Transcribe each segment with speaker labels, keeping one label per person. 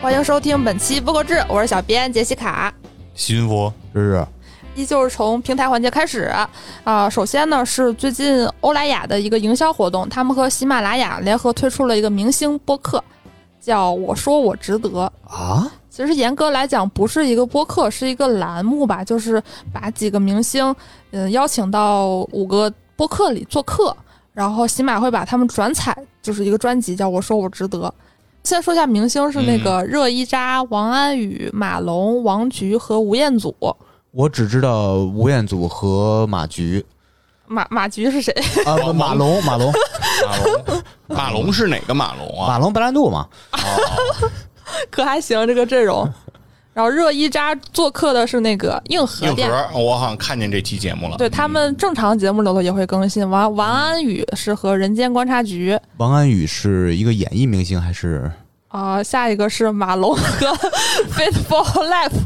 Speaker 1: 欢迎收听本期播客志，我是小编杰西卡。
Speaker 2: 新佛
Speaker 3: 这是
Speaker 1: 依旧是从平台环节开始啊、呃首先呢是最近欧莱雅的一个营销活动，他们和喜马拉雅联合推出了一个明星播客，叫《我说我值得》。
Speaker 3: 啊，
Speaker 1: 其实严格来讲，不是一个播客，是一个栏目吧，就是把几个明星，嗯、邀请到五个播客里做客，然后喜马会把他们转采，就是一个专辑叫《我说我值得》。先说一下明星是那个热依扎、王安宇、马龙、王菊和吴彦祖。
Speaker 3: 我只知道吴彦祖和马菊
Speaker 1: 马马菊是谁？
Speaker 3: 啊， 不马龙，马 龙，
Speaker 2: 马龙， 马龙是哪个马龙啊？
Speaker 3: 马龙白兰度嘛，
Speaker 1: 可还行，这个阵容。 然后热依扎做客的是那个硬核
Speaker 2: 硬
Speaker 1: 店，
Speaker 2: 核，我好像看见这期节目了。
Speaker 1: 对他们正常节目里头也会更新。王王安宇是和人间观察局，
Speaker 3: 王安宇是一个演艺明星还是
Speaker 1: 啊、下一个是马龙和 Faithful Life，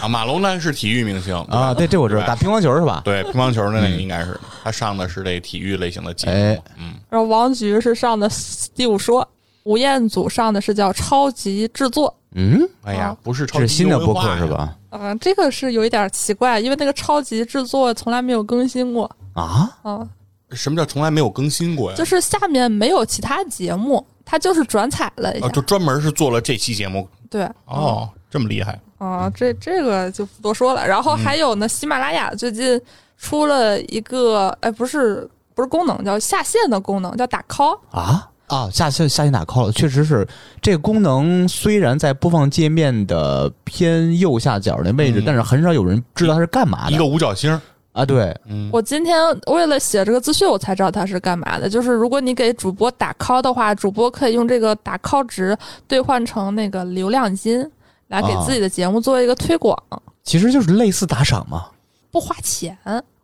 Speaker 2: 啊，马龙呢是体育明星
Speaker 3: 啊？，对，这我知道，
Speaker 2: 对
Speaker 3: 打乒乓球是吧？
Speaker 2: 对对，乒乓球的那个应该是他上的是这体育类型的节目
Speaker 3: 哎。
Speaker 2: 嗯，
Speaker 1: 然后王菊是上的《第五说》，吴彦祖上的是叫《超级制作》。
Speaker 3: 嗯，
Speaker 2: 哎呀
Speaker 1: 啊，
Speaker 2: 不是
Speaker 3: 这
Speaker 2: 超
Speaker 3: 是
Speaker 2: 级
Speaker 3: 新的播
Speaker 2: 优惠
Speaker 3: 客
Speaker 2: 化
Speaker 3: 是
Speaker 2: 呀？
Speaker 3: 吧？
Speaker 1: 嗯、这个是有一点奇怪，因为那个《超级制作》从来没有更新过
Speaker 3: 啊，
Speaker 1: 啊、
Speaker 2: 什么叫从来没有更新过呀？
Speaker 1: 就是下面没有其他节目，它就是转采了一下。
Speaker 2: 啊，就专门是做了这期节目
Speaker 1: 对，
Speaker 2: 哦，这么厉害
Speaker 1: 啊，这这个就不多说了。然后还有呢，喜马拉雅最近出了一个，哎，不是不是功能，叫下线的功能，叫打 call。
Speaker 3: 啊啊！下线下线打 call 了，确实是这个功能虽然在播放界面的偏右下角那位置，
Speaker 2: 嗯
Speaker 3: 但是很少有人知道它是干嘛
Speaker 2: 一个
Speaker 3: 的
Speaker 2: 五角星，
Speaker 3: 啊。对，
Speaker 2: 嗯，
Speaker 1: 我今天为了写这个资讯，我才知道它是干嘛的。就是如果你给主播打 call 的话，主播可以用这个打 call 值兑换成那个流量金，来给
Speaker 3: 啊
Speaker 1: 自己的节目做一个推广，
Speaker 3: 其实就是类似打赏嘛，
Speaker 1: 不花钱，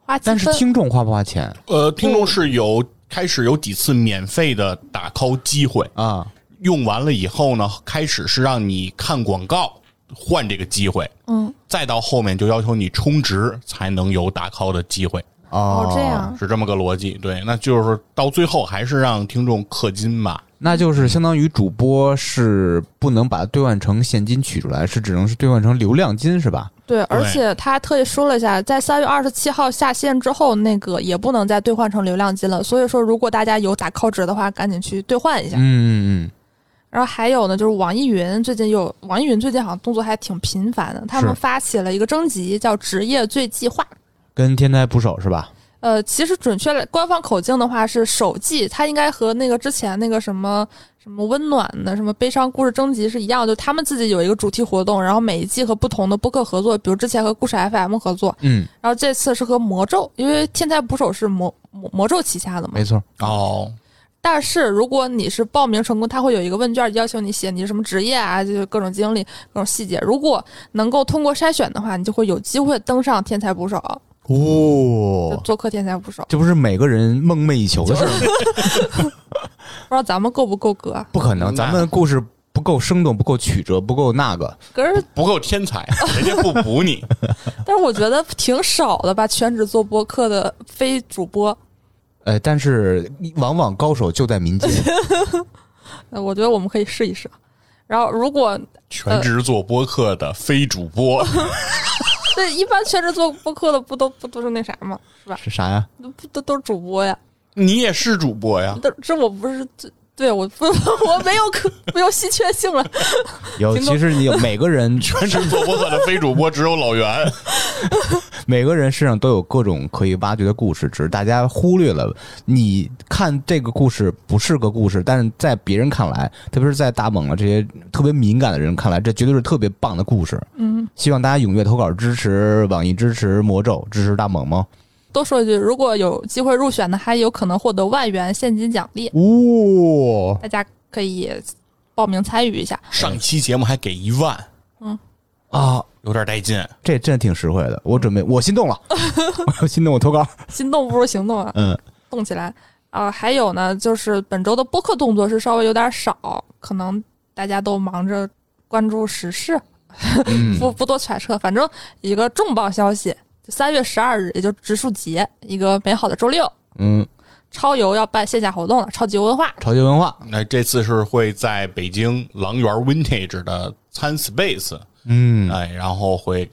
Speaker 1: 花积
Speaker 3: 但是
Speaker 1: 分。
Speaker 3: 听众花不花钱
Speaker 2: 呃，听众是有开始有几次免费的打 call 机会，
Speaker 3: 啊？
Speaker 2: 用完了以后呢，开始是让你看广告换这个机会，
Speaker 1: 嗯，
Speaker 2: 再到后面就要求你充值才能有打 call 的机会，
Speaker 1: 哦，这样
Speaker 2: 是这么个逻辑。对，那就是到最后还是让听众氪金吧。
Speaker 3: 那就是相当于主播是不能把兑换成现金取出来，是只能是兑换成流量金是吧？
Speaker 1: 对，而且他还特意说了一下，在三月二十七号下线之后，那个也不能再兑换成流量金了。所以说，如果大家有打 call 值的话，赶紧去兑换一下。
Speaker 3: 嗯嗯
Speaker 1: 然后还有呢，就是网易云最近有网易云最近好像动作还挺频繁的，他们
Speaker 3: 是
Speaker 1: 发起了一个征集，叫“职业最计划
Speaker 3: 嗯，跟天台捕手是吧？”。
Speaker 1: 呃，其实准确来官方口径的话是首季，它应该和那个之前那个什么什么温暖的什么悲伤故事征集是一样的，就他们自己有一个主题活动，然后每一季和不同的播客合作，比如之前和故事 FM 合作，
Speaker 3: 嗯，
Speaker 1: 然后这次是和魔咒，因为天才捕手是魔魔魔咒旗下的嘛
Speaker 3: 没。错。
Speaker 2: 哦，
Speaker 1: 但是如果你是报名成功，他会有一个问卷，要求你写你是什么职业啊，就是各种经历、各种细节。如果能够通过筛选的话，你就会有机会登上天才捕手，就
Speaker 3: 哦，
Speaker 1: 做客天才捕手。
Speaker 3: 这不是每个人梦寐以求的事儿吗？
Speaker 1: 不知道咱们够不够格？啊
Speaker 3: 不可能，
Speaker 2: 那
Speaker 3: 咱们故事不够生动，不够曲折，不够那个。
Speaker 1: 可是，
Speaker 2: 不够天才，人家不补你。
Speaker 1: 但是我觉得挺少的吧，全职做播客的非主播，
Speaker 3: 呃，但是往往高手就在民间。
Speaker 1: 呃我觉得我们可以试一试。然后，如果
Speaker 2: 全职做播客的非主播，
Speaker 1: 对一般全职做播客的不都不都是那啥吗？是吧？
Speaker 3: 是啥呀？
Speaker 1: 都不都都是主播呀？
Speaker 2: 你也是主播呀？
Speaker 1: 但这我不是这对我不 我没有可没有稀缺性了。
Speaker 3: 有，
Speaker 1: 听众
Speaker 3: 其实你有每个人，
Speaker 2: 全职做播客的非主播只有老袁。
Speaker 3: 每个人身上都有各种可以挖掘的故事，只是大家忽略了。你看这个故事不是个故事，但是在别人看来，特别是在大猛了这些特别敏感的人看来，这绝对是特别棒的故事。
Speaker 1: 嗯，
Speaker 3: 希望大家踊跃投稿，支持网易，支持魔咒，支持大猛吗？
Speaker 1: 多说一句，如果有机会入选的，还有可能获得万元现金奖励，
Speaker 3: 哦，
Speaker 1: 大家可以报名参与一 下。
Speaker 2: 上期节目还给一万，
Speaker 3: 啊，
Speaker 2: 有点带劲。
Speaker 3: 这真挺实惠的。我准备，我心 动了，我心动，我投稿。
Speaker 1: 心动不如行动啊，
Speaker 3: 嗯，
Speaker 1: 动起来啊、还有呢，就是本周的播客动作是稍微有点少，可能大家都忙着关注时事，
Speaker 3: 嗯
Speaker 1: 不不多揣测。反正一个重磅消息，三月十二日，也就植树节，一个美好的周六，
Speaker 3: 嗯，
Speaker 1: 超游要办线下活动了，超级文化。
Speaker 3: 潮汐文化，
Speaker 2: 那这次是会在北京狼园 Vintage 的餐 Space，
Speaker 3: 嗯，
Speaker 2: 哎，然后会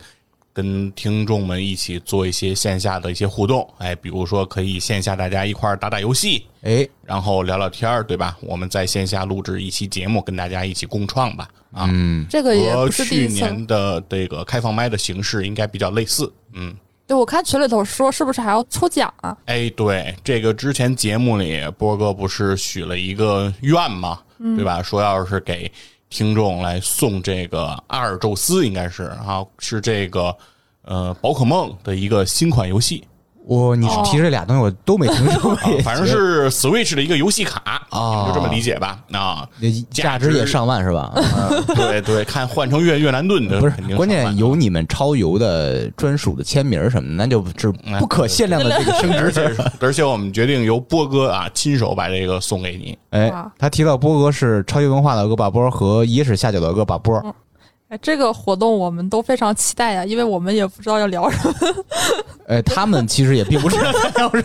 Speaker 2: 跟听众们一起做一些线下的一些互动，哎，比如说可以线下大家一块儿打打游戏，
Speaker 3: 哎，
Speaker 2: 然后聊聊天儿，对吧？我们在线下录制一期节目，跟大家一起共创吧。啊，
Speaker 3: 嗯，
Speaker 1: 这个也
Speaker 2: 和
Speaker 1: 不是第
Speaker 2: 哦去
Speaker 1: 一次了。
Speaker 2: 年的这个开放麦的形式应该比较类似。嗯，
Speaker 1: 对，我看群里头说是不是还要抽奖啊？
Speaker 2: 哎，对，这个之前节目里波哥不是许了一个愿嘛，
Speaker 3: 嗯
Speaker 2: 对吧？说要是给听众来送这个阿尔宙斯，应该是啊，是这个呃宝可梦的一个新款游戏，
Speaker 3: 我你
Speaker 1: 哦
Speaker 3: 提这俩东西我都没听说过，也
Speaker 2: 反正是 Switch 的一个游戏卡，
Speaker 3: 哦
Speaker 2: 你们就这么理解吧？啊，
Speaker 3: 也价值也上万是吧？
Speaker 2: 对对，看换成越越南盾的
Speaker 3: 嗯不
Speaker 2: 呃肯定
Speaker 3: 是，关
Speaker 2: 上
Speaker 3: 键
Speaker 2: 万
Speaker 3: 有你们超游的专属的签名儿什么的，那就是不可限量的这个升
Speaker 2: 而
Speaker 3: 值。
Speaker 2: 且而且我们决定由波哥啊亲手把这个送给你。
Speaker 3: 哎
Speaker 1: 哇，
Speaker 3: 他提到波哥是超级文化的恶霸波和野史下酒的恶霸波，
Speaker 1: 哎，这个活动我们都非常期待呀、因为我们也不知道要聊什么。
Speaker 3: 哎，他们其实也并不是
Speaker 2: 对，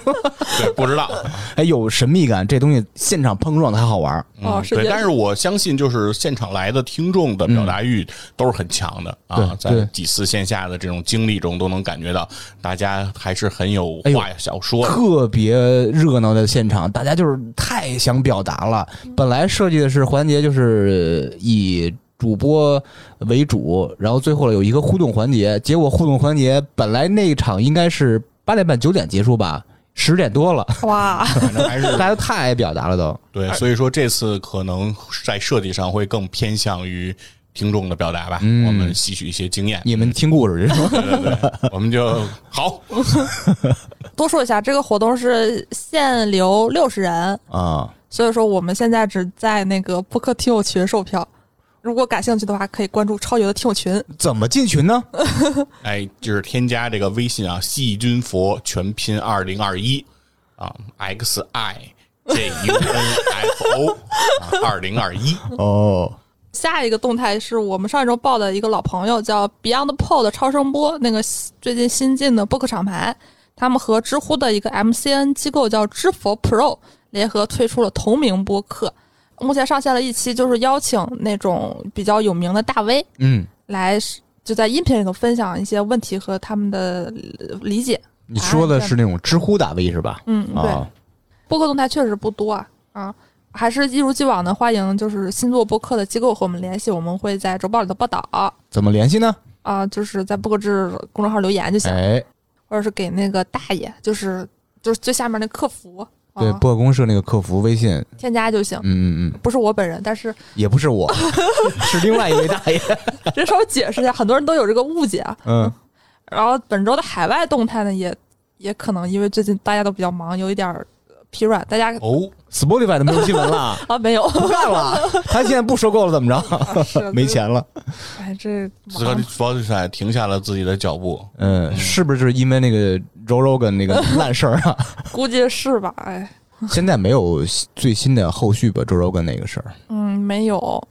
Speaker 2: 不知道，
Speaker 3: 哎有神秘感，这东西现场碰撞才好玩儿。
Speaker 1: 哦
Speaker 2: 嗯
Speaker 1: 是
Speaker 2: 对，
Speaker 1: 这样
Speaker 2: 但是我相信，就是现场来的听众的表达欲都是很强的、啊，
Speaker 3: 嗯对对
Speaker 2: 在几次线下的这种经历中，都能感觉到大家还是很有
Speaker 3: 哎呦
Speaker 2: 话想说的。
Speaker 3: 特别热闹的现场，大家就是太想表达了。本来设计的是环节，就是以主播为主，然后最后有一个互动环节。结果互动环节本来那场应该是八点半九点结束吧，十点多了，
Speaker 1: 哇，
Speaker 2: 反正还是
Speaker 3: 大家都太爱表达了都。
Speaker 2: 对，所以说这次可能在设计上会更偏向于听众的表达吧，
Speaker 3: 嗯
Speaker 2: 我们吸取一些经验。
Speaker 3: 你们听故事去是吧？
Speaker 2: 对对对，我们就好，
Speaker 1: 多说一下，这个活动是限流六十人，
Speaker 3: 啊，
Speaker 1: 所以说我们现在只在那个播客听友群售票。如果感兴趣的话，可以关注超游的听友群。
Speaker 3: 怎么进群呢？
Speaker 2: 哎，就是添加这个微信啊，细菌佛全拼二零二一啊，X I J U N F O 啊二零二一。
Speaker 3: 哦，
Speaker 1: 下一个动态是我们上一周报的一个老朋友，叫 Beyond Pod 超声波，那个最近新进的播客厂牌，他们和知乎的一个 MCN 机构叫知佛 Pro 联合推出了同名播客。目前上线了一期，就是邀请那种比较有名的大 V
Speaker 3: 嗯，
Speaker 1: 来，就在音频里头分享一些问题和他们的理解。
Speaker 3: 你说的是那种知乎大 V 是吧？
Speaker 1: 嗯，对，
Speaker 3: 啊，
Speaker 1: 播客动态确实不多啊啊，还是一如既往的欢迎就是新做播客的机构和我们联系，我们会在周报里头报道啊、
Speaker 3: 怎么联系呢？
Speaker 1: 就是在播客制公众号留言就行，
Speaker 3: 哎，
Speaker 1: 或者是给那个大爷，就是就是最下面那客服
Speaker 3: 对，
Speaker 1: 啊
Speaker 3: 播客公社那个客服微信，
Speaker 1: 添加就行。
Speaker 3: 嗯嗯嗯。
Speaker 1: 不是我本人，但 是
Speaker 3: 也不是我，是另外一位大爷。
Speaker 1: 这稍微解释一下，很多人都有这个误解啊。
Speaker 3: 嗯，
Speaker 1: 然后本周的海外动态呢，也也可能因为最近大家都比较忙，有一点儿呃疲软，大家
Speaker 2: 哦，
Speaker 3: Spotify 的没有新闻 了，
Speaker 1: 啊没有
Speaker 3: 不干了。他现在不收购了，怎么着？
Speaker 1: 是
Speaker 3: 没，钱了。
Speaker 1: 哎这
Speaker 2: 斯科
Speaker 1: 忙
Speaker 2: 弗利塞停下了自己的脚步。
Speaker 3: 嗯，是不是就是因为那个 Joe Rogan 那个烂事儿 啊？
Speaker 1: 估计是吧？哎，
Speaker 3: 现在没有最新的后续吧？Joe Rogan 那个事儿，
Speaker 1: 嗯，没有，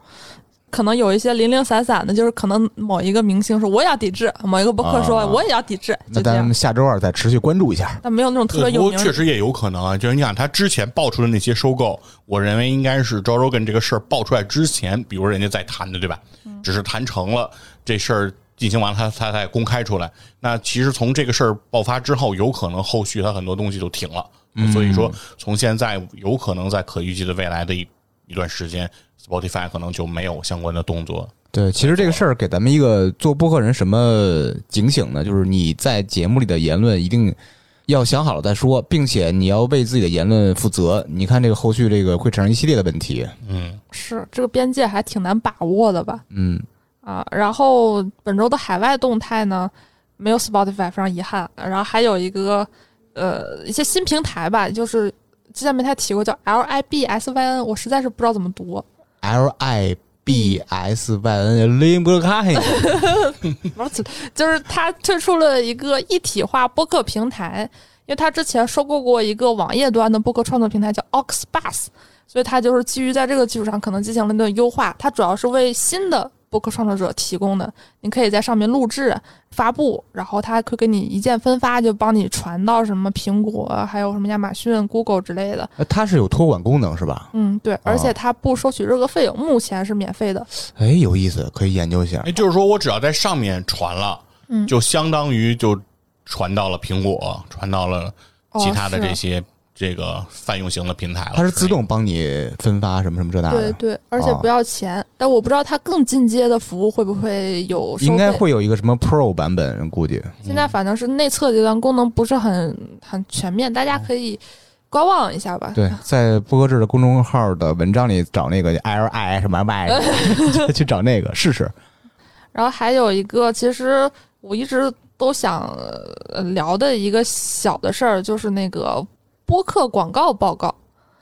Speaker 1: 可能有一些零零散散的，就是可能某一个明星说我也要抵制，某一个博客说
Speaker 3: 啊
Speaker 1: 我也要抵制，
Speaker 3: 那
Speaker 1: 就这
Speaker 3: 咱
Speaker 1: 样
Speaker 3: 们。下周二再持续关注一下。
Speaker 1: 但没有那种特
Speaker 2: 对
Speaker 1: 别
Speaker 2: 不
Speaker 1: 有
Speaker 2: 过
Speaker 1: 名
Speaker 2: 确
Speaker 1: 的，
Speaker 2: 实也有可能啊，就是你想他之前爆出的那些收购，我认为应该是 Joe Rogan 这个事儿爆出来之前，比如人家在谈的，对吧？
Speaker 1: 嗯
Speaker 2: 只是谈成了这事儿进行完了，他他才公开出来。那其实从这个事儿爆发之后，有可能后续他很多东西就停了。
Speaker 1: 嗯
Speaker 2: 所以说，从现在有可能在可预计的未来的一一段时间，Spotify 可能就没有相关的动作。
Speaker 3: 对，其实这个事儿给咱们一个做播客人什么警醒呢？就是你在节目里的言论一定要想好了再说，并且你要为自己的言论负责。你看这个后续这个会产生一系列的问题。
Speaker 2: 嗯，
Speaker 1: 是这个边界还挺难把握的吧？
Speaker 3: 嗯，
Speaker 1: 啊，然后本周的海外动态呢，没有 Spotify，非常遗憾。然后还有一个呃一些新平台吧，就是之前没太提过，叫 LIBSYN，我实在是不知道怎么读，
Speaker 3: L I B S Y N 林伯卡黑，
Speaker 1: 不是，就是他推出了一个一体化播客平台，因为他之前收购过一个网页端的播客创作平台叫 Oxbus，所以他就是基于在这个基础上可能进行了一顿优化。它主要是为新的播客创作者提供的，你可以在上面录制、发布，然后它可以给你一键分发，就帮你传到什么苹果，还有什么亚马逊、Google 之类的。
Speaker 3: 呃它是有托管功能是吧？
Speaker 1: 嗯，对，而且它不收取任何费用，目前是免费的。
Speaker 3: 哎，有意思，可以研究一下
Speaker 2: 哎，。就是说我只要在上面传了，
Speaker 1: 嗯
Speaker 2: 就相当于就传到了苹果，传到了
Speaker 1: 哦
Speaker 2: 其他的
Speaker 1: 是
Speaker 2: 这些、这个泛用型的平台了。
Speaker 3: 它是自
Speaker 2: 吧
Speaker 3: 动帮你分发什么什么这那
Speaker 1: 对
Speaker 3: 的，
Speaker 1: 对，而且
Speaker 3: 哦
Speaker 1: 不要钱。但我不知道它更进阶的服务会不会有收费。
Speaker 3: 应该会有一个什么 Pro 版本，估计。
Speaker 1: 现在反正是内测阶段，功能不是很很全面，大家可以观望一下吧。
Speaker 3: 嗯对，在播客制的公众号的文章里找那个 L I 什么 Y，去找那个试试。
Speaker 1: 然后还有一个，其实我一直都想呃聊的一个小的事儿，就是那个播客广告报告。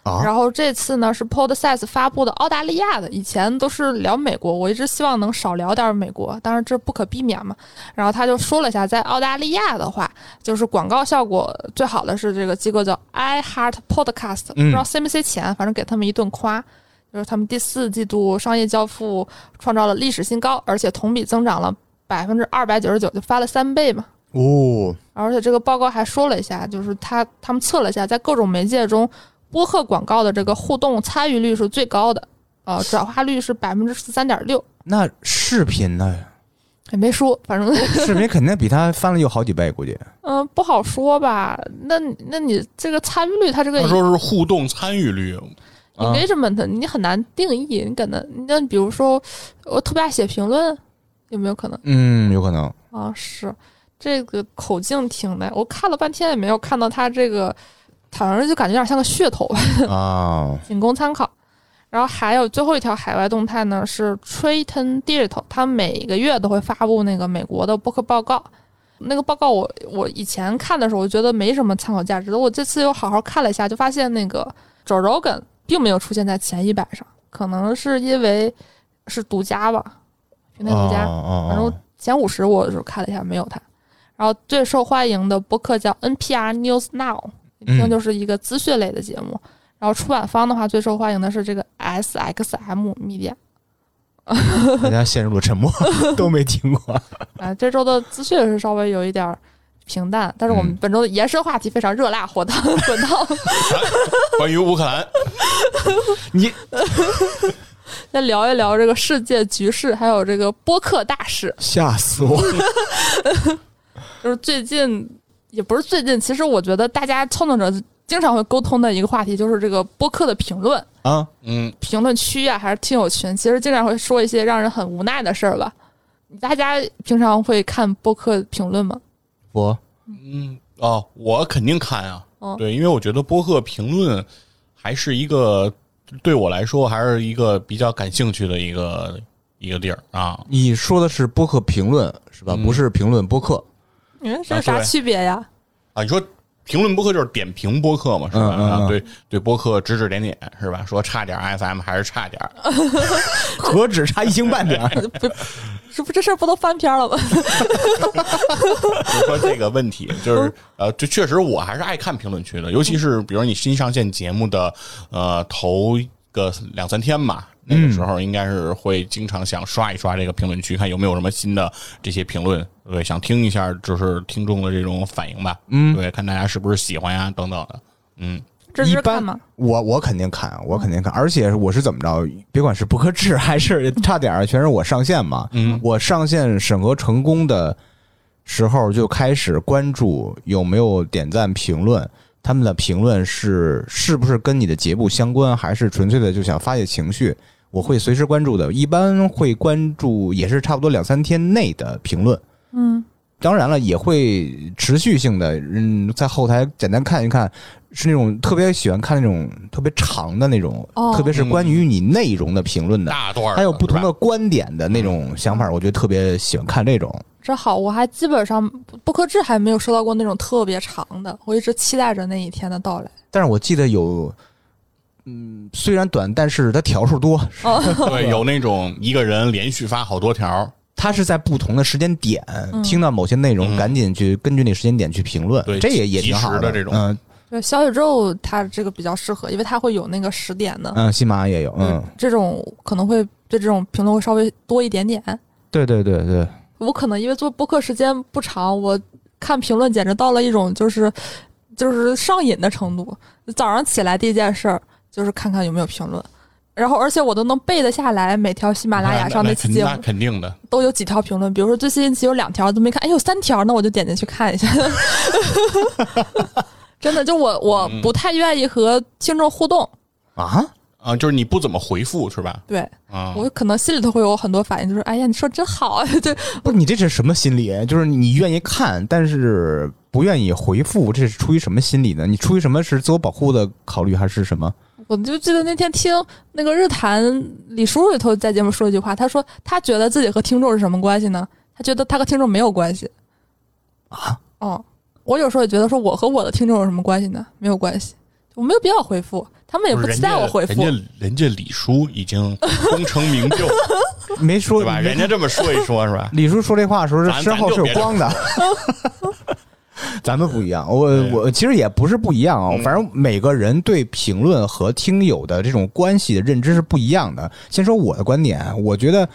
Speaker 3: 啊
Speaker 1: 然后这次呢是 Podsize 发布的澳大利亚的，以前都是聊美国，我一直希望能少聊点美国，当然这不可避免嘛。然后他就说了一下，在澳大利亚的话，就是广告效果最好的是这个机构叫 iHeart Podcast，、不知道 CMC 钱，反正给他们一顿夸。就是他们第四季度商业交付创造了历史新高，而且同比增长了百分之二百九十九，就翻了三倍嘛。
Speaker 3: 哦，
Speaker 1: 而且这个报告还说了一下，就是他他们测了一下，在各种媒介中，播客广告的这个互动参与率是最高的，呃，转化率是百分之十三点六，
Speaker 3: 那视频呢？
Speaker 1: 也没说，反正
Speaker 3: 视频肯定比它翻了有好几倍，估计。
Speaker 1: 嗯、不好说吧。那你那你这个参与率，它这个
Speaker 2: 他说是互动参与率，
Speaker 3: 啊
Speaker 1: engagement 你很难定义，你可能那比如说我特别爱写评论，有没有可能？
Speaker 3: 嗯，有 可能。
Speaker 1: 啊，是这个口径挺的，我看了半天也没有看到它这个，反正就感觉有点像个噱头吧，
Speaker 3: 啊，
Speaker 1: 仅供参考。然后还有最后一条海外动态呢，是 Triton Digital，它每个月都会发布那个美国的播客报告。那个报告我我以前看的时候，我觉得没什么参考价值的，我这次又好好看了一下，就发现那个 Joe Rogan 并没有出现在前一百上，可能是因为是独家吧，平台独家。
Speaker 3: 哦
Speaker 1: 反正前五十我是看了一下，没有它。然后最受欢迎的播客叫 NPR News Now，一
Speaker 3: 嗯
Speaker 1: 听就是一个资讯类的节目。然后出版方的话，最受欢迎的是这个 SXM Media
Speaker 3: 大哦家陷入了 沉默，都没听过。
Speaker 1: 啊。这周的资讯是稍微有一点儿平淡，但是我们
Speaker 3: 嗯
Speaker 1: 本周的延伸话题非常热辣火烫滚烫。
Speaker 2: 关于乌克兰，
Speaker 3: 你
Speaker 1: 再聊一聊这个世界局势，还有这个播客大事。
Speaker 3: 吓死我！
Speaker 1: 就是最近也不是最近，其实我觉得大家创作者经常会沟通的一个话题，就是这个播客的评论。
Speaker 3: 啊，
Speaker 2: 嗯，
Speaker 1: 评论区啊，还是听友群，其实经常会说一些让人很无奈的事儿吧。大家平常会看播客评论吗？
Speaker 3: 我
Speaker 2: 哦，我肯定看啊，
Speaker 1: 嗯
Speaker 2: 对，因为我觉得播客评论还是一个对我来说还是一个比较感兴趣的一个一个地儿啊。
Speaker 3: 你说的是播客评论是吧？
Speaker 2: 嗯
Speaker 3: 不是评论播客。
Speaker 1: 你们这
Speaker 2: 啊
Speaker 1: 有啥
Speaker 2: 对
Speaker 1: 区别呀？
Speaker 2: 啊，你说评论播客就是点评播客嘛，是吧？
Speaker 3: 嗯嗯嗯
Speaker 2: 啊对对，播客指指点点是吧？说差点儿 FM 还是差点儿，
Speaker 3: 何止差一星半点儿
Speaker 1: 是不是这事儿不都翻篇了 吗？
Speaker 2: 就说这个问题， 就是呃，就确实我还是爱看评论区的，尤其是比如你新上线节目的呃头个两三天吧。那个
Speaker 3: 嗯
Speaker 2: 时候应该是会经常想刷一刷这个评论区，看有没有什么新的这些评论，对，想听一下就是听众的这种反应吧，嗯，对，看大家是不是喜欢呀等等的，嗯，
Speaker 1: 这
Speaker 3: 一
Speaker 1: 是看
Speaker 3: 般
Speaker 1: 吗？
Speaker 3: 我我肯定看，我肯定看，而且我是怎么着？别管是播客制还是差点儿，全是我上线嘛。
Speaker 2: 嗯，
Speaker 3: 我上线审核成功的时候就开始关注有没有点赞评论，他们的评论是是不是跟你的节目相关，还是纯粹的就想发泄情绪？我会随时关注的，一般会关注也是差不多两三天内的评论。
Speaker 1: 嗯，
Speaker 3: 当然了，也会持续性的，嗯，在后台简单看一看，是那种特别喜欢看那种特别长的那种，
Speaker 1: 哦
Speaker 3: 特别是关于你内容的评论的，
Speaker 2: 大段儿
Speaker 3: 还有不同
Speaker 2: 是吧
Speaker 3: 的观点的那种想法，我觉得特别喜欢看这种。
Speaker 1: 这好，我还基本上播客制还没有收到过那种特别长的，我一直期待着那一天的到 来。
Speaker 3: 但是我记得有，嗯，虽然短，但是它条数多，
Speaker 1: 哦
Speaker 2: 对，有那种一个人连续发好多条儿，
Speaker 3: 它是在不同的时间点听到某些内容，
Speaker 2: 嗯
Speaker 3: 赶紧去根据那时间点去评论
Speaker 2: 对，
Speaker 3: 这也也
Speaker 2: 及
Speaker 3: 挺好
Speaker 2: 时的这种
Speaker 3: 嗯，
Speaker 1: 对，小宇宙它这个比较适合，因为它会有那个时点的，
Speaker 3: 嗯，喜马拉雅也有，嗯，
Speaker 1: 这种可能会对这种评论会稍微多一点点。
Speaker 3: 对对对对，
Speaker 1: 我可能因为做播客时间不长，我看评论简直到了一种就是就是上瘾的程度。早上起来第一件事儿就是看看有没有评论，然后而且我都能背得下来，每条喜马拉雅上
Speaker 2: 那
Speaker 1: 期节目
Speaker 2: 那肯定的，
Speaker 1: 都有几条评论，比如说最新一期有两条都没看，哎，有三条，那我就点进去看一下。 真的，就我我
Speaker 2: 嗯
Speaker 1: 不太愿意和听众互动，
Speaker 3: 啊，
Speaker 2: 啊，就是你不怎么回复是吧？
Speaker 1: 对
Speaker 2: 啊，
Speaker 1: 我可能心里头会有很多反应，就是哎呀，你说真好， 对，
Speaker 3: 不是你这是什么心理？就是你愿意看，但是不愿意回复，这是出于什么心理呢？你出于什么是自我保护的考虑，还是什么？
Speaker 1: 我就记得那天听那个日坛李叔里头在节目说一句话，他说他觉得自己和听众是什么关系呢？他觉得他和听众没有关系
Speaker 3: 啊。
Speaker 1: 哦，我有时候也觉得说我和我的听众有什么关系呢？没有关系，我没有必要回复，他们也不
Speaker 2: 是
Speaker 1: 期待我回复。
Speaker 2: 人家人家李叔已经功成 名就，
Speaker 3: 没说
Speaker 2: 对吧？人家这么说一说，是 吧？
Speaker 3: 李叔说这话的时候，
Speaker 2: 咱
Speaker 3: 身后是有光的。咱们不一样，我
Speaker 2: 对嗯
Speaker 3: 我其实也不是不一样啊、反正每个人对评论和听友的这种关系的认知是不一样的。先说我的观点，我觉得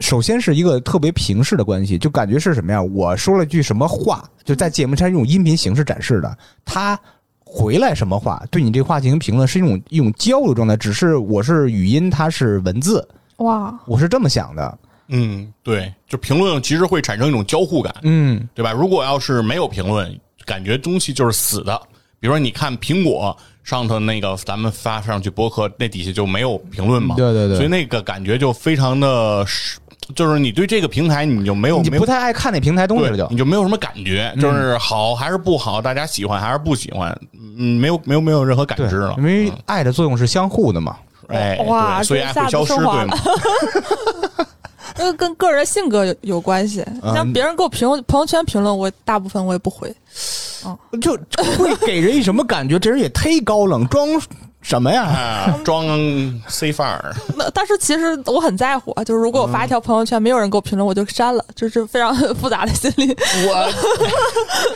Speaker 3: 首先是一个特别平视的关系，就感觉是什么呀？我说了句什么话，就在节目上用音频形式展示的，他回来什么话，对你这话进行评论是一种一种交流状态，只是我是语音，他是文字，
Speaker 1: 哇，
Speaker 3: 我是这么想的。
Speaker 2: 嗯，对，就评论其实会产生一种交互感，
Speaker 3: 嗯，
Speaker 2: 对吧？如果要是没有评论，感觉东西就是死的。比如说，你看苹果上头那个咱们发上去播客，那底下就没有评论嘛，
Speaker 3: 对对对
Speaker 2: 所以那个感觉就非常的是，就是你对这个平台你就没有
Speaker 3: 你
Speaker 2: 没
Speaker 3: 不
Speaker 2: 有。
Speaker 3: 太爱看那平台东西
Speaker 2: 对
Speaker 3: 了，就
Speaker 2: 你。就没有什么感觉，
Speaker 3: 嗯
Speaker 2: 就是好还是不好，大家喜欢还是不喜欢，嗯，没有没有没有任何感
Speaker 3: 对
Speaker 2: 知了，
Speaker 3: 因为爱的作用是相互的嘛。
Speaker 2: 哎，
Speaker 1: 哇
Speaker 2: 对所以
Speaker 1: 这
Speaker 2: 爱
Speaker 1: 下
Speaker 2: 会
Speaker 1: 子
Speaker 2: 消失，
Speaker 1: 升华
Speaker 2: 对 吗
Speaker 1: 了？那个跟个人性格有有关系。
Speaker 3: 嗯
Speaker 1: 像别人给我评朋友圈评论，我大部分我也不回。
Speaker 3: 就会给人一什么感觉？这人也忒高冷，装什么呀？
Speaker 2: 啊，装 C 范儿，
Speaker 1: 那但是其实我很在乎啊，就是如果我发一条朋友圈，没有人给我评论，我就删了，这是非常 复杂的心理。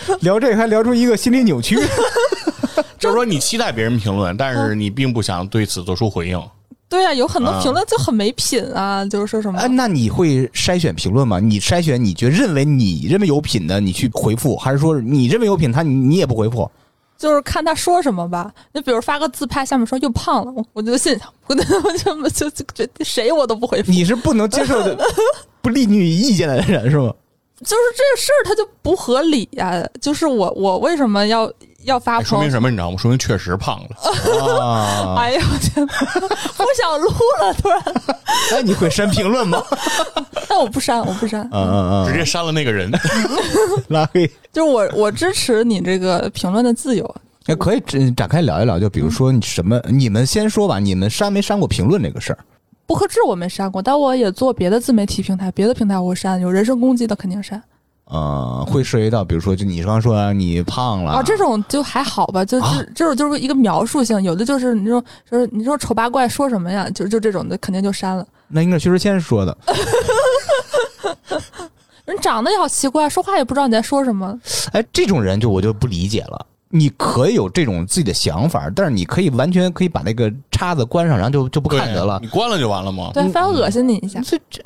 Speaker 2: 我
Speaker 3: 聊这个还聊出一个心理扭 曲。
Speaker 2: 就是说你期待别人评论，但是你并不想对此做出回应。
Speaker 1: 对啊，有很多
Speaker 2: 啊
Speaker 1: 评论就很没品啊，就是说什么
Speaker 3: 哎，那你会筛选评论吗？你筛选你觉得认为你认为有品的，你去回复，还是说你认为有品他你你也不回复？
Speaker 1: 就是看他说什么吧。你比如发个自拍，下面说又胖了，我我就信他，我就我就就就觉得谁我都不回复。
Speaker 3: 你是不能接 受的不利于意见的人是吗？
Speaker 1: 就是这个事儿它就不合理呀、就是我我为什么要要发
Speaker 2: 哎说
Speaker 1: 朋
Speaker 2: 明
Speaker 1: 友？
Speaker 2: 什么？你知道吗？说明确实胖了。
Speaker 3: 啊，
Speaker 1: 哎呦我天，不想录了，突然。
Speaker 3: 那哎你会删评论吗？
Speaker 1: 但我不删，我不删。
Speaker 3: 嗯嗯
Speaker 2: 直接删了那个人，
Speaker 3: 嗯， 拉黑。
Speaker 1: 就是我我支持你这个评论的自由。
Speaker 3: 哎，可以展展开聊一聊，就比如说你什么，你们先说吧，你们删没删过评论这个事儿？
Speaker 1: 不克制我没删过，但我也做别的自媒体平台，别的平台我会删，有人身攻击的肯定删
Speaker 3: 呃，会涉及到，比如说，就你刚刚说、你胖了
Speaker 1: 啊。这种就还好吧，就是、
Speaker 3: 啊
Speaker 1: 这种就是一个描述性，有的就是你这种就是你这种丑八怪说什么呀，就就这种的肯定就删了。
Speaker 3: 那应该是薛之谦说的。
Speaker 1: 人长得也好奇怪，说话也不知道你在说什么，
Speaker 3: 哎，这种人就我就不理解了。你可以有这种自己的想法，但是你可以完全可以把那个叉子关上，然后就就不
Speaker 2: 对
Speaker 3: 看他了
Speaker 2: 你。关了就完了吗？
Speaker 3: 嗯
Speaker 1: 对，非要恶心你一下。
Speaker 3: 这这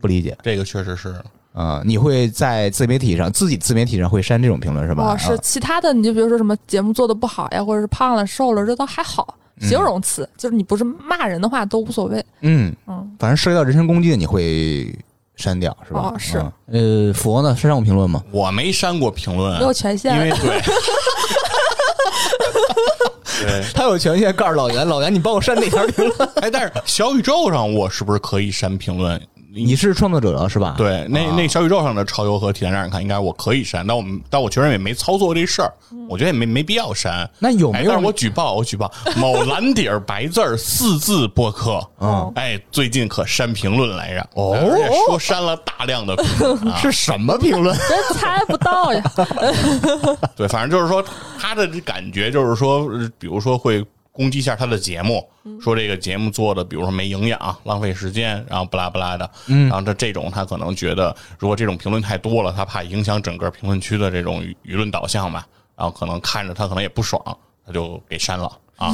Speaker 3: 不理解
Speaker 2: 这个确实是，
Speaker 3: 啊、你会在自媒体上自己自媒体上会删这种评论是吧？
Speaker 1: 哦，是
Speaker 3: 啊
Speaker 1: 其他的，你就比如说什么节目做的不好呀，或者是胖了、瘦了，这都还好，形容词、就是你不是骂人的话都无所 谓。
Speaker 3: 嗯，
Speaker 1: 嗯，
Speaker 3: 反正涉及到人身攻击的，你会删掉是吧？
Speaker 1: 哦是
Speaker 3: 嗯呃，佛呢，删过评论吗？
Speaker 2: 我没删过评论啊
Speaker 1: 没，有权限
Speaker 2: 因为 对， 对，
Speaker 3: 他有权限告诉老袁，老袁，你帮我删那条评 论。
Speaker 2: 哎，但是小宇宙上我是不是可以删评论？
Speaker 3: 你啊是创作者了是吧？。
Speaker 2: 对，那那小宇宙上的超游和体坛让人看，应该我可以删，但我们但我确实也没操作这事儿，我觉得也没没必要删。
Speaker 3: 那有
Speaker 2: 哎
Speaker 3: 没，有
Speaker 2: 但是我举报，我举报某蓝底儿白字儿四字播客，
Speaker 3: 啊
Speaker 1: 嗯
Speaker 2: 哎，最近可删评论来着，哦，说删了大量的评论啊，
Speaker 3: 是什么评论？
Speaker 1: 人猜不到呀。
Speaker 2: 对，反正就是说他的这感觉就是说，呃比如说会攻击一下他的节目，说这个节目做的，比如说没营养、浪费时间，然后不拉不拉的，然后他这种他可能觉得，如果这种评论太多了，他怕影响整个评论区的这种舆舆论导向吧。然后可能看着他可能也不爽，他就给删了啊。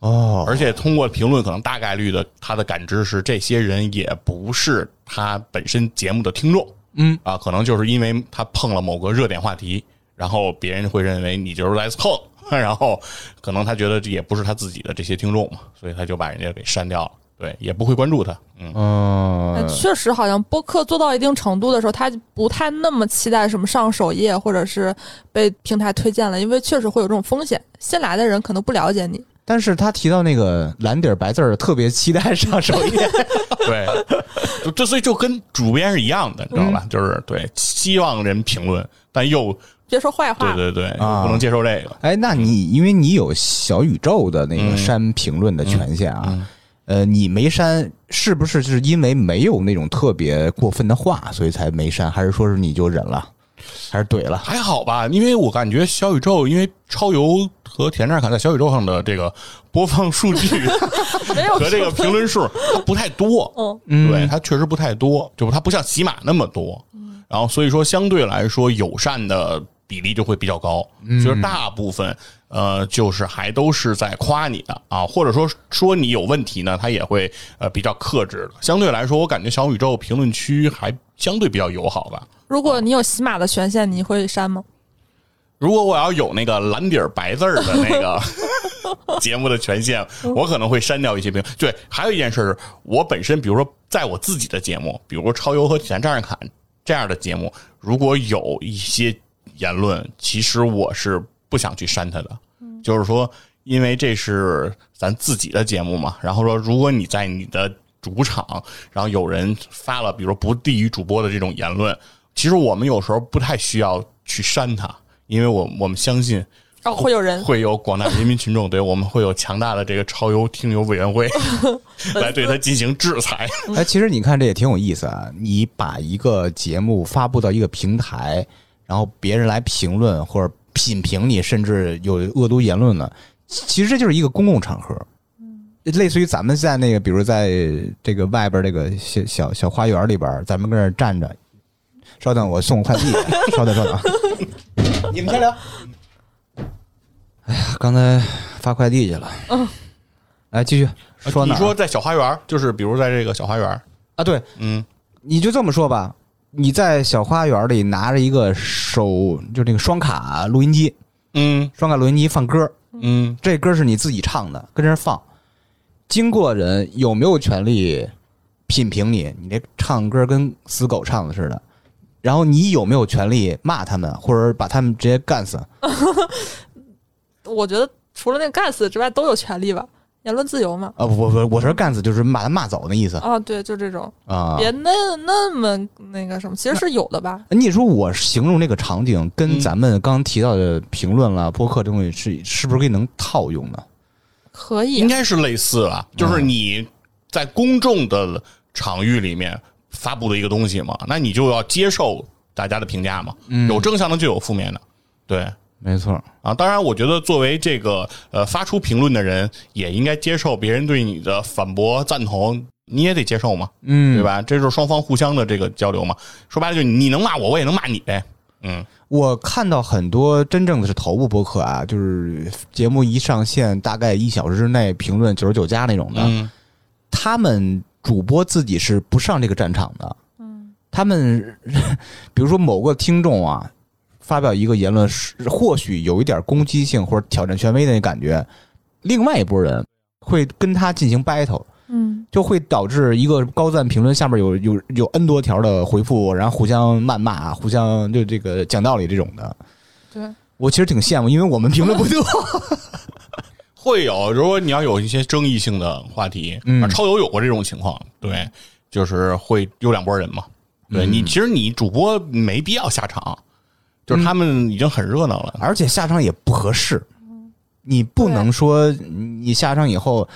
Speaker 3: 哦，
Speaker 2: 而且通过评论，可能大概率的他的感知是，这些人也不是他本身节目的听众，
Speaker 3: 嗯
Speaker 2: 啊，可能就是因为他碰了某个热点话题，然后别人会认为你就是来蹭， 然后可能他觉得这也不是他自己的这些听众嘛，所以他就把人家给删掉了，对，也不会关注他，嗯，
Speaker 1: 哎
Speaker 3: 嗯，
Speaker 1: 确实，好像播客做到一定程度的时候，他就不太那么期待什么上首页或者是被平台推荐了，因为确实会有这种风险。新来的人可能不了解 你，
Speaker 3: 但是他提到那个蓝底儿白字儿，特别期待上首 页。
Speaker 2: 对， 就这所以就跟主编是一样的，你知道
Speaker 3: 嗯
Speaker 2: 吧？就是对，希望人评论，但又
Speaker 1: 别说坏
Speaker 2: 对
Speaker 1: 话。
Speaker 2: 对对，
Speaker 3: 啊
Speaker 2: 不能接受这个，
Speaker 3: 哎，那你因为你有小宇宙的那个删评论的权限啊，呃，你没删是不是就是因为没有那种特别过分的话，所以才没删，还是说是你就忍了，还是怼了？
Speaker 2: 还好吧，因为我感觉小宇宙，因为超游和田战卡在小宇宙上的这个播放数据
Speaker 1: 没有
Speaker 2: 和这个评论数，它不太多，
Speaker 1: 嗯，
Speaker 2: 对，它确实不太多，就是它不像喜马那么多，然后所以说相对来说友善的比例就会比较高，就是大部分呃就是还都是在夸你的啊，或者说说你有问题呢，它也会呃比较克制的。相对来说，我感觉小宇宙评论区还相对比较友好吧。
Speaker 1: 如果你有喜马的权限，你会删吗？
Speaker 2: 如果我要有那个蓝底儿白字儿的那个节目的权限，我可能会删掉一些评论。对，还有一件事是，我本身比如说在我自己的节目，比如说超游和体坛战士侃这样的节目，如果有一些言论，其实我是不想去删它的，就是说，因为这是咱自己的节目嘛。然后说，如果你在你的主场，然后有人发了，比如说不利于主播的这种言论，其实我们有时候不太需要去删它，因为我我们相信
Speaker 1: 哦，会有 人
Speaker 2: 会有广大人民群众对我们会有强大的这个超游听友委员会来对他进行制裁。
Speaker 3: 哎，其实你看这也挺有意思啊，你把一个节目发布到一个平台，然后别人来评论或者品评你，甚至有恶毒言论呢，其实这就是一个公共场合。类似于咱们在那个，比如在这个外边这个小小小花园里边，咱们跟那儿站着，稍等，我送快递，稍等稍啊等， 你们先聊。哎呀，刚才发快递去了。嗯，来继续啊说
Speaker 2: 你
Speaker 3: 哪儿
Speaker 2: 说在小花园，就是比如在这个小花园，
Speaker 3: 啊？对，
Speaker 2: 嗯，
Speaker 3: 你就这么说吧，你在小花园里拿着一个手，就那个双卡录音机，
Speaker 2: 嗯
Speaker 3: 双卡录音机放歌，
Speaker 2: 嗯，
Speaker 3: 这歌是你自己唱的，跟这儿放，经过人有没有权利品评你？你这唱歌跟死狗唱的似的。然后你有没有权利骂他们，或者把他们直接干死？
Speaker 1: 我觉得除了那个干死之外，都有权利吧，言论自由嘛。
Speaker 3: 啊，不不不，我说干死就是把他骂走的意思
Speaker 1: 啊，对，就这种，
Speaker 3: 啊。
Speaker 1: 别那那么那个什么，其实是有的吧。
Speaker 3: 你说我形容这个场景，跟
Speaker 2: 嗯
Speaker 3: 咱们刚提到的评论啦、播客这东西是是不是可以能套用呢？
Speaker 1: 可以
Speaker 2: 应，该是类似吧，
Speaker 3: 嗯
Speaker 2: 就是你在公众的场域里面发布的一个东西嘛，那你就要接受大家的评价嘛，
Speaker 3: 嗯
Speaker 2: 有正向的就有负面的，对。
Speaker 3: 没错，
Speaker 2: 啊，当然，我觉得作为这个呃发出评论的人，也应该接受别人对你的反驳、赞同，你也得接受嘛，
Speaker 3: 嗯
Speaker 2: 对吧？这就是双方互相的这个交流嘛。说白了，就是你能骂我，我也能骂你呗。嗯，
Speaker 3: 我看到很多真正的是头部播客啊，就是节目一上线，大概一小时之内评论九十九加那种的，
Speaker 2: 嗯
Speaker 3: 他们主播自己是不上这个战场的。嗯，他们比如说某个听众啊，发表一个言论，是或许有一点攻击性或者挑战权威的那感觉，另外一拨人会跟他进行 battle。
Speaker 1: 嗯，
Speaker 3: 就会导致一个高赞评论下面有有有 N 多条的回复，然后互相谩骂，啊互相就这个讲道理这种的。
Speaker 1: 对，
Speaker 3: 我其实挺羡慕，因为我们评论不多。
Speaker 2: 会有。如果你要有一些争议性的话题，
Speaker 3: 嗯
Speaker 2: 啊，超游有过这种情况，对，就是会有两拨人嘛。对你，其实你主播没必要下场，就是他们已经很热闹了。
Speaker 3: 而且下场也不合适，你不能说你下场以后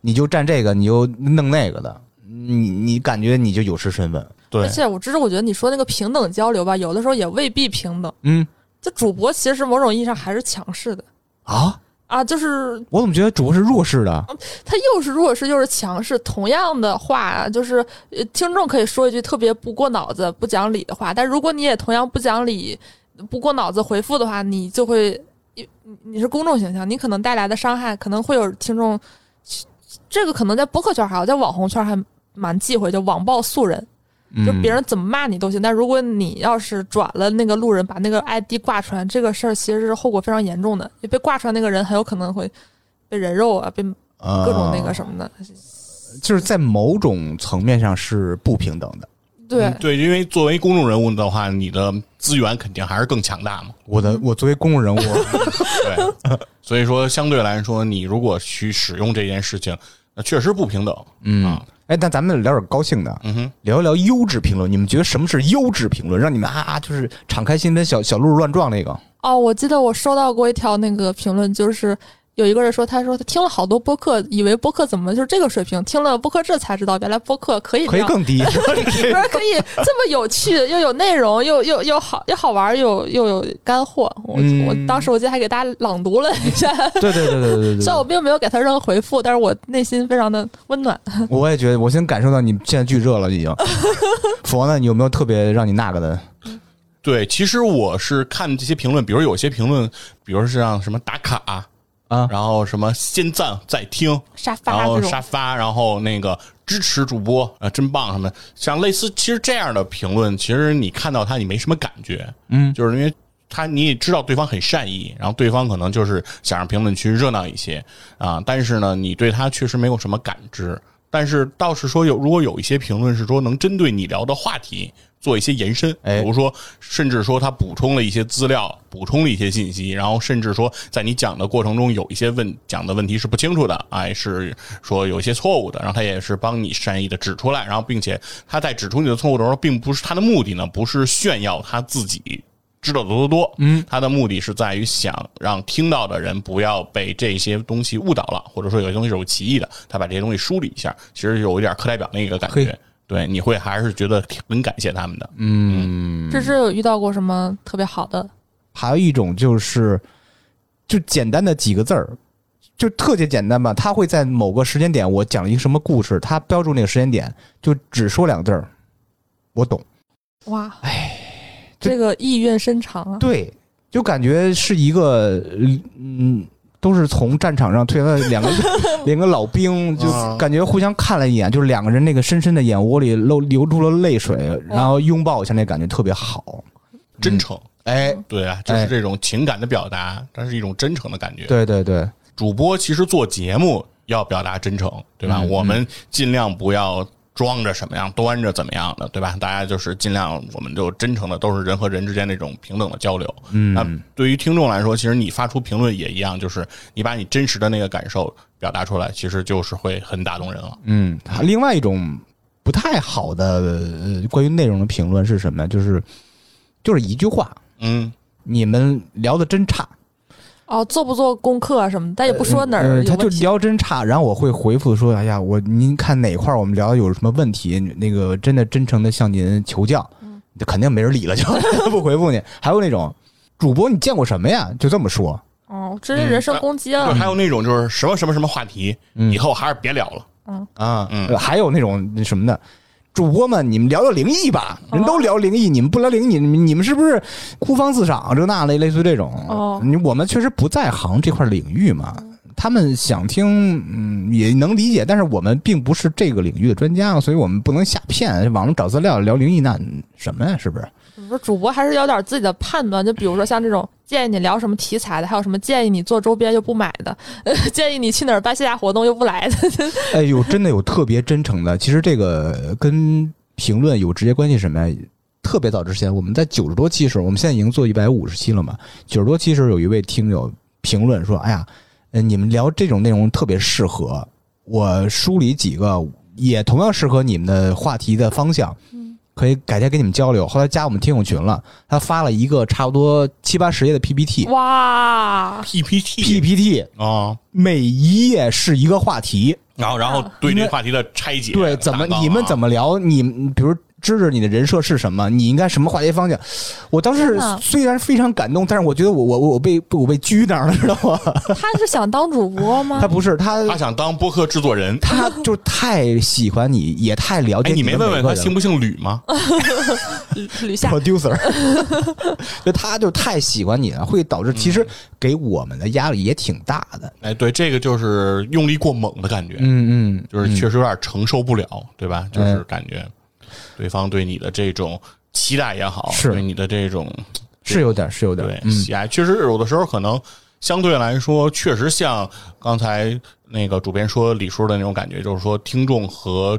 Speaker 3: 你就站这个，你就弄那个的，你你感觉你就有失身份。
Speaker 2: 对
Speaker 1: 而，且我只是我觉得你说那个平等交流吧，有的时候也未必平等。
Speaker 3: 嗯
Speaker 1: 就主播其实某种意义上还是强势的
Speaker 3: 啊，
Speaker 1: 啊，就是
Speaker 3: 我怎么觉得主播是弱势的？
Speaker 1: 他又是弱势又是强势，同样的话，啊就是呃听众可以说一句特别不过脑子、不讲理的话，但如果你也同样不讲理，不过脑子回复的话，你就会你你是公众形象，你可能带来的伤害可能会有听众，这个可能在播客圈还好，在网红圈还蛮忌讳，就网暴素人，就
Speaker 3: 嗯
Speaker 1: 别人怎么骂你都行，但如果你要是转了那个路人，把那个 ID 挂出来，这个事儿其实是后果非常严重的，被挂出来那个人很有可能会被人肉啊，被各
Speaker 3: 各
Speaker 1: 种那个什么的，
Speaker 3: 呃就是在某种层面上是不平等的。
Speaker 1: 对
Speaker 2: 嗯，对，因为作为公众人物的话，你的资源肯定还是更强大嘛。
Speaker 3: 我
Speaker 1: 嗯
Speaker 3: 的，我作为公众 人物，
Speaker 2: 对，所以说相对来说，你如果去使用这件事情，那确实不平等。
Speaker 3: 嗯
Speaker 2: 啊，
Speaker 3: 哎，但咱们聊点高兴的，
Speaker 2: 嗯哼，
Speaker 3: 聊一聊优质评论。你们觉得什么是优质评论？让你们啊，就是敞开心扉，小小鹿乱撞那个。
Speaker 1: 哦，我记得我收到过一条那个评论，就是有一个人说，他说他听了好多播客，以为播客怎么就是这个水平，听了播客这才知道，原来播客可以
Speaker 3: 可
Speaker 1: 这
Speaker 3: 以
Speaker 1: 样，
Speaker 3: 更低，
Speaker 1: 不是 可以这么有趣，又有内容，又又又好又好玩，又又有干货。我、
Speaker 3: 嗯
Speaker 1: 我当时我记得还给大家朗读了一下，
Speaker 3: 对对对对对对
Speaker 1: 虽然我并没有给他任何回复，但是我内心非常的温暖。
Speaker 3: 我也觉得，我先感受到你现在巨热了已经。佛呢，你有没有特别让你那个的？
Speaker 2: 对，其实我是看这些评论，比如有些评论，比如是让什么打卡
Speaker 3: 啊
Speaker 2: 然后什么先赞再听，
Speaker 1: 沙
Speaker 2: 然
Speaker 3: 哦
Speaker 1: 发
Speaker 2: 后
Speaker 1: 这种
Speaker 2: 沙发，然后那个支持主播啊、呃真棒什么的，像类似其实这样的评论，其实你看到他你没什么感觉，
Speaker 3: 嗯，
Speaker 2: 就是因为他你也知道对方很善意，然后对方可能就是想让评论区热闹一些啊，但是呢，你对他确实没有什么感知。但是倒是说有，如果有一些评论是说能针对你聊的话题做一些延伸，
Speaker 3: 哎
Speaker 2: 比如说甚至说他补充了一些资料，补充了一些信息，然后甚至说在你讲的过程中有一些问讲的问题是不清楚的，哎，是说有一些错误的，然后他也是帮你善意的指出来，然后并且他在指出你的错误的时候，并不是他的目的呢，不是炫耀他自己知道的多多，嗯，他的目的是在于想让听到的人不要被这些东西误导了，或者说有些东西是有歧义的，他把这些东西梳理一下，其实有一点课代表那个感觉
Speaker 3: 嘿，
Speaker 2: 对，你会还是觉得挺很感谢他们的，嗯，
Speaker 1: 芝芝有遇到过什么特别好的？
Speaker 3: 还有一种就是，就简单的几个字儿，就特别简单吧。他会在某个时间点，我讲了一个什么故事，他标注那个时间点，就只说两个字儿，我懂。
Speaker 1: 哇，
Speaker 3: 哎，这
Speaker 1: 这个意蕴深长啊！
Speaker 3: 对，就感觉是一个嗯，都是从战场上退来的两个两个老兵，就
Speaker 2: 啊
Speaker 3: 感觉互相看了一眼，就是两个人那个深深的眼窝里露流出了泪水，然后拥抱一下，那感觉特别好。
Speaker 2: 真诚，
Speaker 3: 哎，
Speaker 2: 对啊，就是
Speaker 3: 哎
Speaker 2: 这种情感的表达，它是一种真诚的感觉，
Speaker 3: 对对对，
Speaker 2: 主播其实做节目要表达真诚，对吧？
Speaker 3: 嗯嗯
Speaker 2: 我们尽量不要装着什么样，端着怎么样的，对吧？大家就是尽量，我们就真诚的，都是人和人之间那种平等的交流。
Speaker 3: 嗯
Speaker 2: 那对于听众来说，其实你发出评论也一样，就是你把你真实的那个感受表达出来，其实就是会很打动人了。
Speaker 3: 嗯，另外一种不太好的、呃关于内容的评论是什么呀？就是就是一句话，
Speaker 2: 嗯，
Speaker 3: 你们聊的真差。
Speaker 1: 哦，做不做功课啊什么的，但也不说哪儿
Speaker 3: 呃，
Speaker 1: 有
Speaker 3: 他就
Speaker 1: 问题。
Speaker 3: 聊真差，然后我会回复说：“哎呀，我您看哪块儿我们聊的有什么问题？那个真的真诚的向您求教。”
Speaker 1: 嗯
Speaker 3: 就肯定没人理了，就 不回复你。还有那种主播，你见过什么呀？就这么说，
Speaker 1: 哦，这是人身攻击啊！
Speaker 2: 还有那种就是什么什么什么话题，
Speaker 3: 嗯
Speaker 2: 以后还是别聊了。
Speaker 3: 啊，
Speaker 2: 嗯
Speaker 3: 呃还有那种那什么的。主播们，你们聊聊灵异吧，人都聊灵异，你们不聊灵异，你们你们是不是孤芳自赏？这那类类似这种，
Speaker 1: 哦
Speaker 3: 你我们确实不在行这块领域嘛，他们想听，嗯，也能理解，但是我们并不是这个领域的专家，所以我们不能瞎骗，网上找资料聊灵异那什么呀，是不是？
Speaker 1: 不是主播还是有点自己的判断，就比如说像这种建议你聊什么题材的，还有什么建议你做周边又不买的，呃建议你去哪儿办线下活动又不来的，
Speaker 3: 哎有真的有特别真诚的，其实这个呃跟评论有直接关系什么呀？特别早之前，我们在九十多期的时候，我们现在已经做一百五十期了嘛。九十多期的时候，有一位听友评论说：“哎呀，呃，你们聊这种内容特别适合我梳理几个，也同样适合你们的话题的方向，可以改天跟你们交流。”后来加我们听友群了，他发了一个差不多七八十页的 PPT，PPT
Speaker 1: 哇，
Speaker 2: PPT 啊、
Speaker 3: 每一页是一个话题，
Speaker 2: 然后然后对这个话题的拆解，啊
Speaker 3: 对，怎么你们怎
Speaker 2: 么
Speaker 3: 么聊？你们比如知道你的人设是什么，你应该什么话题方向。我当时
Speaker 1: 真的
Speaker 3: 虽然非常感动，但是我觉得我我我我被我被拘那儿了，知道吗？
Speaker 1: 他是想当主播吗？
Speaker 3: 他不是他
Speaker 2: 他想当播客制作人。
Speaker 3: 他就太喜欢你，也太了
Speaker 2: 哎，
Speaker 3: 解
Speaker 2: 你没
Speaker 3: 的
Speaker 2: 问
Speaker 3: 每
Speaker 2: 问
Speaker 3: 个
Speaker 2: 他
Speaker 3: 人
Speaker 2: 姓不姓吕吗？
Speaker 1: 吕夏
Speaker 3: producer，就 他就太喜欢你了，会导致其实
Speaker 2: 嗯
Speaker 3: 给我们的压力也挺大的。
Speaker 2: 哎，对，这个就是用力过猛的感觉，
Speaker 3: 嗯嗯，哎
Speaker 2: 就是确实有点承受不了，对吧？就是感觉对方对你的这种期待也好，
Speaker 3: 是
Speaker 2: 对你的这种
Speaker 3: 是有点，是有点
Speaker 2: 对，
Speaker 3: 嗯，
Speaker 2: 喜爱，确实有的时候可能相对来说，确实像刚才那个主编说李叔的那种感觉，就是说听众和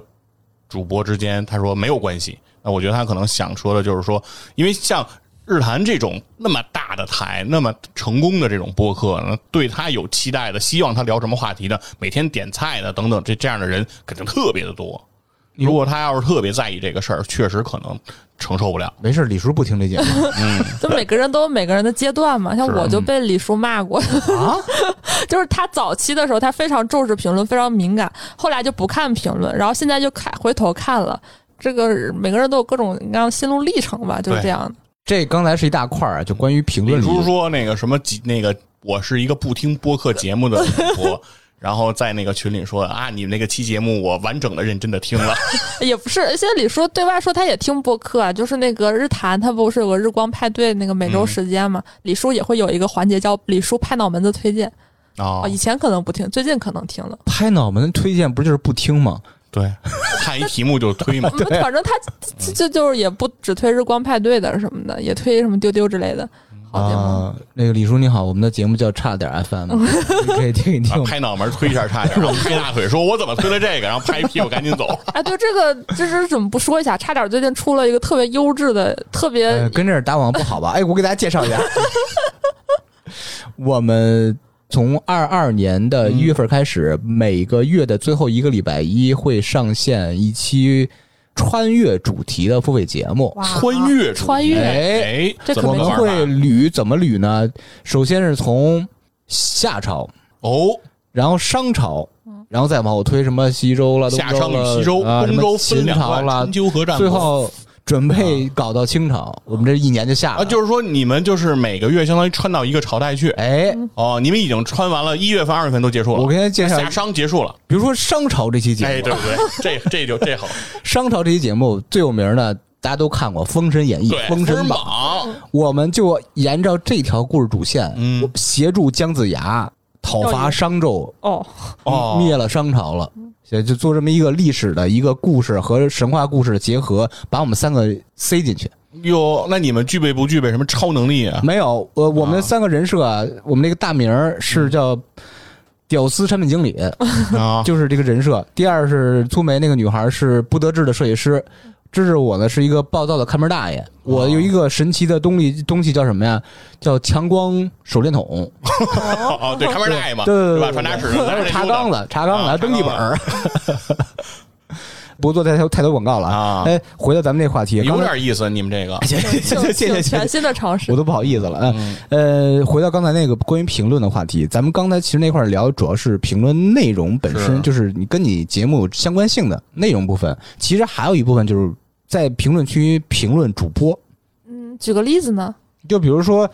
Speaker 2: 主播之间，他说没有关系。那我觉得他可能想说的就是说，因为像日坛这种那么大的台，那么成功的这种播客，那对他有期待的，希望他聊什么话题的，每天点菜的等等，这这样的人肯定特别的多。如果他要是特别在意这个事儿，确实可能承受不了。
Speaker 3: 没事，李叔不听这节目
Speaker 1: 就每个人都有每个人的阶段嘛，像我
Speaker 2: 嗯
Speaker 1: 就被李叔骂过，
Speaker 3: 啊，
Speaker 1: 就是他早期的时候，他非常重视评论，非常敏感，后来就不看评论，然后现在就看回头看了。这个每个人都有各种各样的心路历程吧，就是
Speaker 2: 对
Speaker 1: 这样的。
Speaker 3: 这刚才是一大块儿啊，就关于评论
Speaker 2: 李
Speaker 3: 里
Speaker 2: 叔说那个什么几那个，我是一个不听播客节目的主 播，然后在那个群里说啊，你们那个期节目我完整的、认真的听了，
Speaker 1: 也不是，现在李叔对外说他也听播客啊，就是那个日坛，他不是有个日光派对那个
Speaker 2: 嗯
Speaker 1: 每周时间嘛，李叔也会有一个环节叫李叔拍脑门子推荐啊、
Speaker 2: 哦
Speaker 1: 以前可能不听，最近可能听了，
Speaker 3: 拍脑门推荐不就是不听吗？
Speaker 2: 对，看一题目就 推 嘛，
Speaker 1: 嗯反正他这这就是也不只推日光派对的什么的，也推什么丢丢之类的好节目。
Speaker 3: 啊，那个李叔你好，我们的节目叫差点 FM，你
Speaker 1: 哦
Speaker 3: 可以听一
Speaker 2: 啊
Speaker 3: 听。
Speaker 2: 拍脑门推一下差点，然后拍大腿说我怎么推了这个，然后拍一屁股赶紧走。
Speaker 1: 哎，对这个，这是怎么不说一下？差点最近出了一个特别优质的、特别、
Speaker 3: 呃，跟这儿打广告不好吧？哎，我给大家介绍一下， 我们从二二年的一月份开始，每个月的最后一个礼拜一会上线一期穿越主题的付费节目。
Speaker 1: 哇
Speaker 2: 穿越主题，
Speaker 1: 穿越
Speaker 2: 哎，
Speaker 1: 这可
Speaker 2: 怎
Speaker 3: 我
Speaker 2: 么
Speaker 1: 没
Speaker 2: 个
Speaker 3: 们
Speaker 2: 玩法
Speaker 3: 会捋怎么捋呢？首先是从夏朝，
Speaker 2: 哦，
Speaker 3: 然后商朝，然后再往后推什么西周了、东
Speaker 2: 夏
Speaker 3: 周
Speaker 2: 商
Speaker 3: 了
Speaker 2: 与西周，
Speaker 3: 啊、什
Speaker 2: 东
Speaker 3: 么
Speaker 2: 周分
Speaker 3: 秦
Speaker 2: 两
Speaker 3: 朝
Speaker 2: 段，
Speaker 3: 了
Speaker 2: 春，秋和战国，
Speaker 3: 最后准备搞到清朝，我们这一年就下来
Speaker 2: 啊，
Speaker 3: 了。
Speaker 2: 就是说你们就是每个月相当于穿到一个朝代去。
Speaker 3: 哎，
Speaker 2: 哦，你们已经穿完了，一月份、二月份都结束了。
Speaker 3: 我给大家介绍一
Speaker 2: 夏商结束了，
Speaker 3: 比如说商朝这期节目，
Speaker 2: 哎，对不对？这这就这好，
Speaker 3: 商朝这期节目最有名的，大家都看过《封神演义》
Speaker 2: 对，
Speaker 3: 《封神榜》，
Speaker 2: 榜，
Speaker 3: 我们就沿着这条故事主线，
Speaker 2: 嗯
Speaker 3: 我协助姜子牙讨伐商纣，
Speaker 1: 哦，
Speaker 2: 哦嗯
Speaker 3: 灭了商朝了。所以就做这么一个历史的一个故事和神话故事的结合，把我们三个塞进去。
Speaker 2: 哟，那你们具备不具备什么超能力啊？
Speaker 3: 没有，呃，我们的三个人设啊，我们那个大名儿是叫
Speaker 2: 嗯
Speaker 3: “屌丝产品经理”，
Speaker 2: 啊，
Speaker 3: 嗯 就是这个人设。第二是粗眉那个女孩是不得志的设计师，支持我呢是一个暴躁的看门大爷。
Speaker 2: 哦
Speaker 3: 我有一个神奇的东西，东西叫什么呀？叫强光手电筒，
Speaker 2: 哦哦， 对，看门大爷嘛，
Speaker 3: 对对对
Speaker 2: 吧？
Speaker 3: 对
Speaker 2: 传达室
Speaker 3: 对 对茶缸
Speaker 2: 子
Speaker 3: 子，茶缸
Speaker 2: 啊
Speaker 3: 子，蒸
Speaker 2: 茶
Speaker 3: 汽
Speaker 2: 缸
Speaker 3: 本儿。 不做太多太多广告了
Speaker 2: 啊
Speaker 3: 哎，回到咱们这话题，
Speaker 2: 有
Speaker 3: 刚才
Speaker 2: 点意思，你们这个
Speaker 3: 谢谢
Speaker 1: 挺
Speaker 3: 谢谢
Speaker 1: 挺
Speaker 3: 谢谢
Speaker 1: 全。新的尝
Speaker 3: 我
Speaker 1: 试。
Speaker 3: 都不好意思了。嗯，呃，回到刚才那个关于评论的话题，咱们刚才其实那块儿聊主要是评论内容本身，
Speaker 2: 是
Speaker 3: 就是你跟你节目相关性的内容部分。其实还有一部分就是在评论区评论主播，
Speaker 1: 嗯，举个例子呢？
Speaker 3: 就比如说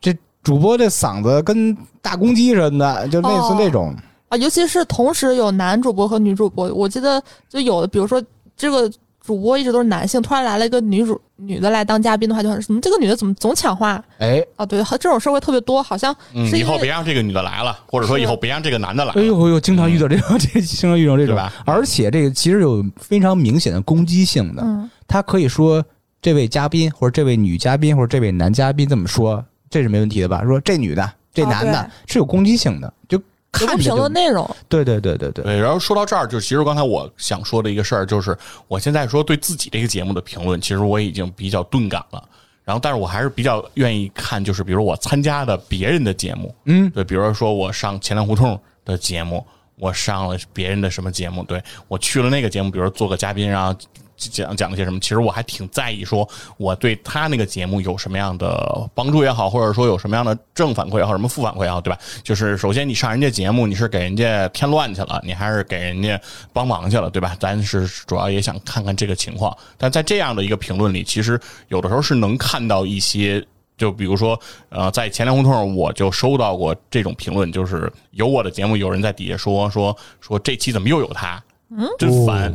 Speaker 3: 这主播这嗓子跟大公鸡似的，就类似
Speaker 1: 哦
Speaker 3: 那种。
Speaker 1: 啊，尤其是同时有男主播和女主播，我记得就有的，比如说这个主播一直都是男性，突然来了一个女主女的来当嘉宾的话，就很什么这个女的怎么总抢话
Speaker 3: 哎，
Speaker 1: 啊？对，好这种事儿会特别多，好像
Speaker 2: 嗯，
Speaker 1: 是
Speaker 2: 以
Speaker 1: 因
Speaker 2: 后
Speaker 1: 为
Speaker 2: 别让这个女的来了，或者说
Speaker 1: 是
Speaker 2: 以后别让这个男的来
Speaker 3: 哎
Speaker 2: 了。
Speaker 3: 呦哎呦，经常遇到这种，这经常遇到这
Speaker 2: 对
Speaker 3: 种
Speaker 2: 吧，
Speaker 3: 而且这个其实有非常明显的攻击性的。
Speaker 1: 嗯，
Speaker 3: 他可以说这位嘉宾或者这位女嘉宾或者这位男嘉宾这么说，这是没问题的吧？说这女的、这男的、
Speaker 1: 哦
Speaker 3: 是有攻击性的，就
Speaker 1: 有
Speaker 3: 看
Speaker 1: 个
Speaker 3: 着
Speaker 1: 评
Speaker 3: 就
Speaker 1: 论内容，
Speaker 3: 对对对对对，
Speaker 2: 对，然后说到这儿，就其实刚才我想说的一个事儿，就是我现在说对自己这个节目的评论，其实我已经比较钝感了。然后，但是我还是比较愿意看，就是比如我参加的别人的节目，
Speaker 3: 嗯，
Speaker 2: 对，比如说我上前粮胡同的节目，我上了别人的什么节目，对我去了那个节目，比如说做个嘉宾，然后讲讲了些什么，其实我还挺在意，说我对他那个节目有什么样的帮助也好，或者说有什么样的正反馈也好，什么负反馈也好，对吧？就是首先你上人家节目，你是给人家添乱去了，你还是给人家帮忙去了，对吧？咱是主要也想看看这个情况，但在这样的一个评论里，其实有的时候是能看到一些就比如说，呃，在前粮胡同，我就收到过这种评论，就是有我的节目，有人在底下说说说这期怎么又有他，嗯，真烦。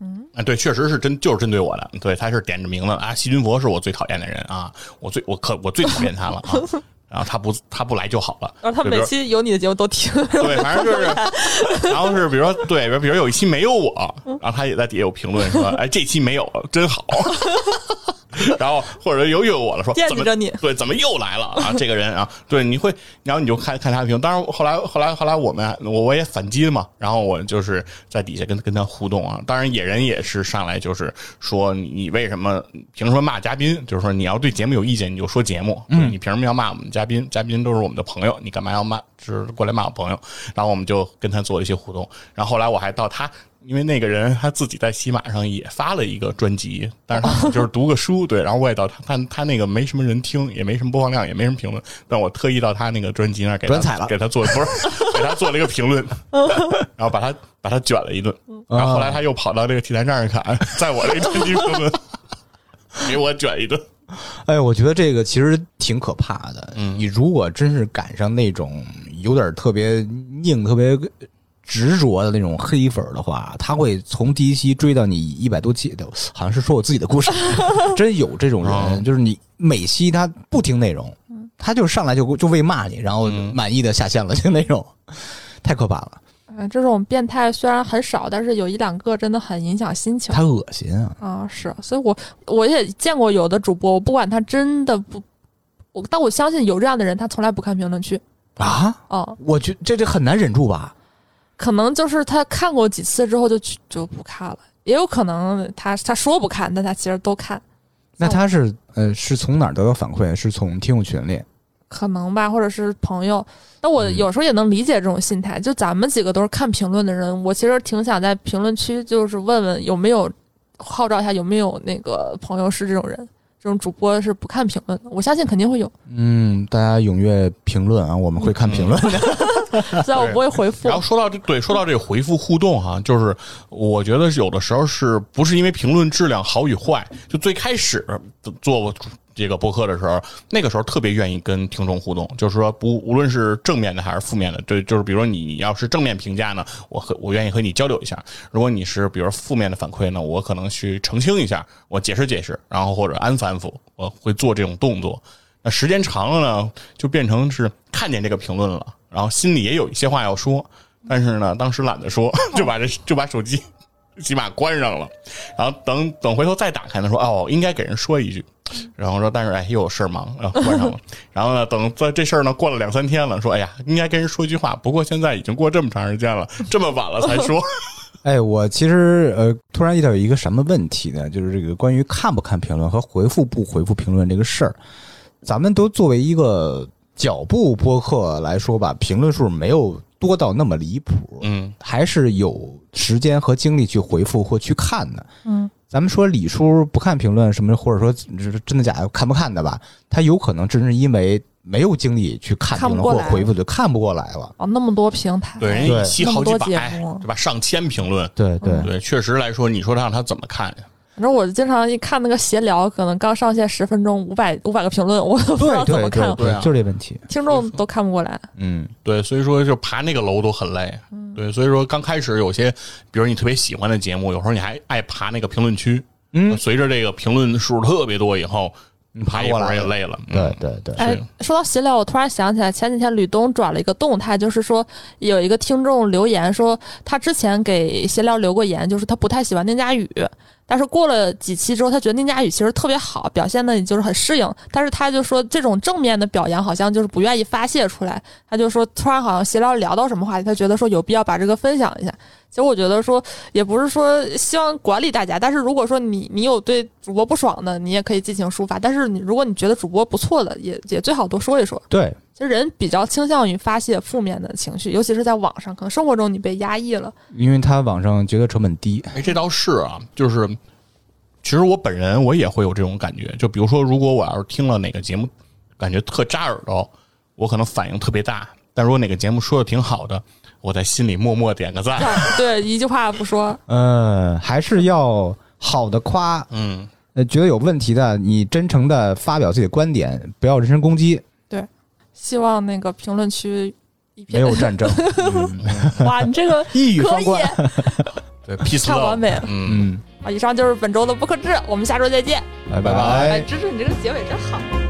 Speaker 2: 嗯啊，对，确实是真，就是针对我的，对，他是点着名了啊。西君佛是我最讨厌的人啊，我最我可我最讨厌他了啊。然后他不他不来就好了。
Speaker 1: 哦然后他
Speaker 2: 就比
Speaker 1: 每
Speaker 2: 如
Speaker 1: 期有你的节目都 听，
Speaker 2: 对，反正就是，然后是比如说对，比如比如有一期没有我，然后他也在底下有评论说，哎，这期没有，真好。然后或者又又有我了，说
Speaker 1: 惦记
Speaker 2: 怎么
Speaker 1: 着你
Speaker 2: 对，怎么又来了啊？这个人啊，对，你会，然后你就看看他的评论。当然后来后来后来我们啊我我也反击了嘛，然后我就是在底下跟跟他互动啊。当然野人也是上来就是说你你为什么凭什么骂嘉宾？就是说你要对节目有意见你就说节目，嗯，你凭什么要骂我们嘉宾？嘉宾都是我们的朋友，你干嘛要骂？就是过来骂我朋友？然后我们就跟他做一些互动。然后后来我还到他。因为那个人他自己在喜马上也发了一个专辑，但是
Speaker 3: 哦
Speaker 2: 他就是读个书，对，然后我也到他他他那个没什么人听，也没什么播放量，也没什么评论，但我特意到他那个专辑那儿给他
Speaker 3: 转采了哦
Speaker 2: 给他做不 是给他做了一个评论，然后把他把他卷了一顿，
Speaker 3: 嗯
Speaker 2: 然后后来他又跑到这个 T 台站上看， 在我这个专辑评论 给我卷一顿，
Speaker 3: 哎，我觉得这个其实挺可怕的。嗯，你如果真是赶上那种有点特别硬、特别执着的那种黑粉儿的话，他会从第一期追到你一百多期的，好像是说我自己的故事， 真有这种人，就是你每期他不听内容，他就上来就就为骂你，然后满意的下线了，就那种，太可怕了，
Speaker 1: 哎这种变态虽然很少，但是有一两个真的很影响心情。
Speaker 3: 他恶心啊！
Speaker 1: 啊，是，所以我我也见过有的主播，我不管他真的不，我但我相信有这样的人，他从来不看评论区。
Speaker 3: 啊，
Speaker 1: 嗯，
Speaker 3: 我觉这这很难忍住吧？
Speaker 1: 可能就是他看过几次之后就去就不看了，也有可能他他说不看，但他其实都看，
Speaker 3: 那他是呃是从哪儿得到反馈？是从听友群里？
Speaker 1: 可能吧，或者是朋友。但
Speaker 2: 嗯
Speaker 1: 我有时候也能理解这种心态，就咱们几个都是看评论的人，我其实挺想在评论区就是问问有没有号召一下有没有那个朋友是这种人，这种主播是不看评论的，我相信肯定会 有，
Speaker 3: 嗯，大家踊跃评论啊，我们会看评论的。
Speaker 1: 虽然我不会回复
Speaker 2: 然。后说到这，对，说到这个回复互动哈、就是我觉得有的时候是不是因为评论质量好与坏？就最开始做这个播客的时候，那个时候特别愿意跟听众互动，就是说不无论是正面的还是负面的，对，就是比如说你要是正面评价呢，我和我愿意和你交流一下；如果你是比如说负面的反馈呢，我可能去澄清一下，我解释解释，然后或者安抚安抚，我会做这种动作。那时间长了呢，就变成是看见这个评论了，然后心里也有一些话要说，但是呢，当时懒得说， 就把这就把手机起码关上了，然后等等回头再打开呢，说哦，应该给人说一句，然后说但是哎又有事儿忙，然后关上了，然后呢，等这这事儿呢过了两三天了，说哎呀，应该跟人说一句话，不过现在已经过这么长时间了，这么晚了才说，
Speaker 3: 哎，我其实呃，突然意识到有一个什么问题呢？就是这个关于看不看评论和回复不回复评论这个事儿，咱们都作为一个脚步播客来说吧，评论数没有多到那么离 谱，
Speaker 2: 嗯
Speaker 3: 还是有时间和精力去回复或去看的。
Speaker 1: 嗯，
Speaker 3: 咱们说李叔不看评论什么，或者说这真的假的看不看的吧，他有可能真是因为没有精力去看评
Speaker 1: 看
Speaker 3: 论
Speaker 1: 不过
Speaker 3: 或
Speaker 1: 来
Speaker 3: 回复，就看不过来了。
Speaker 1: 哦，那么多平台，
Speaker 2: 对，人家一期
Speaker 1: 那
Speaker 2: 好
Speaker 1: 么
Speaker 2: 几
Speaker 1: 多
Speaker 2: 百，
Speaker 1: 节目
Speaker 2: 对吧？上千评论，
Speaker 3: 对对，
Speaker 1: 嗯
Speaker 2: 对，确实来说，你说让他怎么看呀？
Speaker 1: 反正我经常一看那个闲聊，可能刚上线十分钟，五百五百个评论，我都不知道
Speaker 3: 对
Speaker 1: 怎
Speaker 3: 对
Speaker 1: 么看
Speaker 3: 对
Speaker 1: 了，
Speaker 2: 对啊
Speaker 3: 就是这问题。
Speaker 1: 听众都看不过来。
Speaker 3: 嗯，
Speaker 2: 对，所以说就爬那个楼都很累。对，所以说刚开始有些，比如你特别喜欢的节目，有时候你还爱爬那个评论区。
Speaker 3: 嗯
Speaker 2: 随着这个评论数特别多以后，你爬一会儿也累了。嗯
Speaker 3: 对对对，
Speaker 1: 哎
Speaker 2: 是，
Speaker 1: 说到闲聊，我突然想起来，前几天吕东转了一个动态，就是说有一个听众留言说，他之前给闲聊留过言，就是他不太喜欢宁佳宇，但是过了几期之后，他觉得宁佳宇其实特别好，表现的也就是很适应，但是他就说这种正面的表扬好像就是不愿意发泄出来，他就说突然好像闲聊聊到什么话题，他觉得说有必要把这个分享一下。其实我觉得说也不是说希望管理大家，但是如果说你你有对主播不爽的，你也可以尽情抒发。但是你如果你觉得主播不错的，也也最好多说一说。
Speaker 3: 对
Speaker 1: 其实人比较倾向于发泄负面的情绪，尤其是在网上，可能生活中你被压抑了，
Speaker 3: 因为他网上觉得成本低，
Speaker 2: 哎，这倒是啊，就是其实我本人我也会有这种感觉，就比如说，如果我要是听了哪个节目，感觉特扎耳朵，我可能反应特别大；但如果哪个节目说的挺好的，我在心里默默点个赞。
Speaker 1: 对，一句话不说，
Speaker 3: 呃，还是要好的夸，
Speaker 2: 嗯，
Speaker 3: 呃，觉得有问题的，你真诚的发表自己的观点，不要人身攻击，
Speaker 1: 希望那个评论区一
Speaker 3: 没
Speaker 1: 片
Speaker 3: 有 战争，嗯
Speaker 1: 哇，你这个
Speaker 3: 一语
Speaker 1: 可
Speaker 3: 双
Speaker 1: 以
Speaker 3: 关。
Speaker 2: 对，peace
Speaker 1: 太
Speaker 2: love，
Speaker 1: 完美了
Speaker 2: 嗯。
Speaker 3: 嗯，
Speaker 1: 啊！以上就是本周的播客志，我们下周再见。
Speaker 3: 拜
Speaker 2: 拜
Speaker 3: 拜
Speaker 2: 拜
Speaker 1: 哎，芝芝，你这个结尾真好。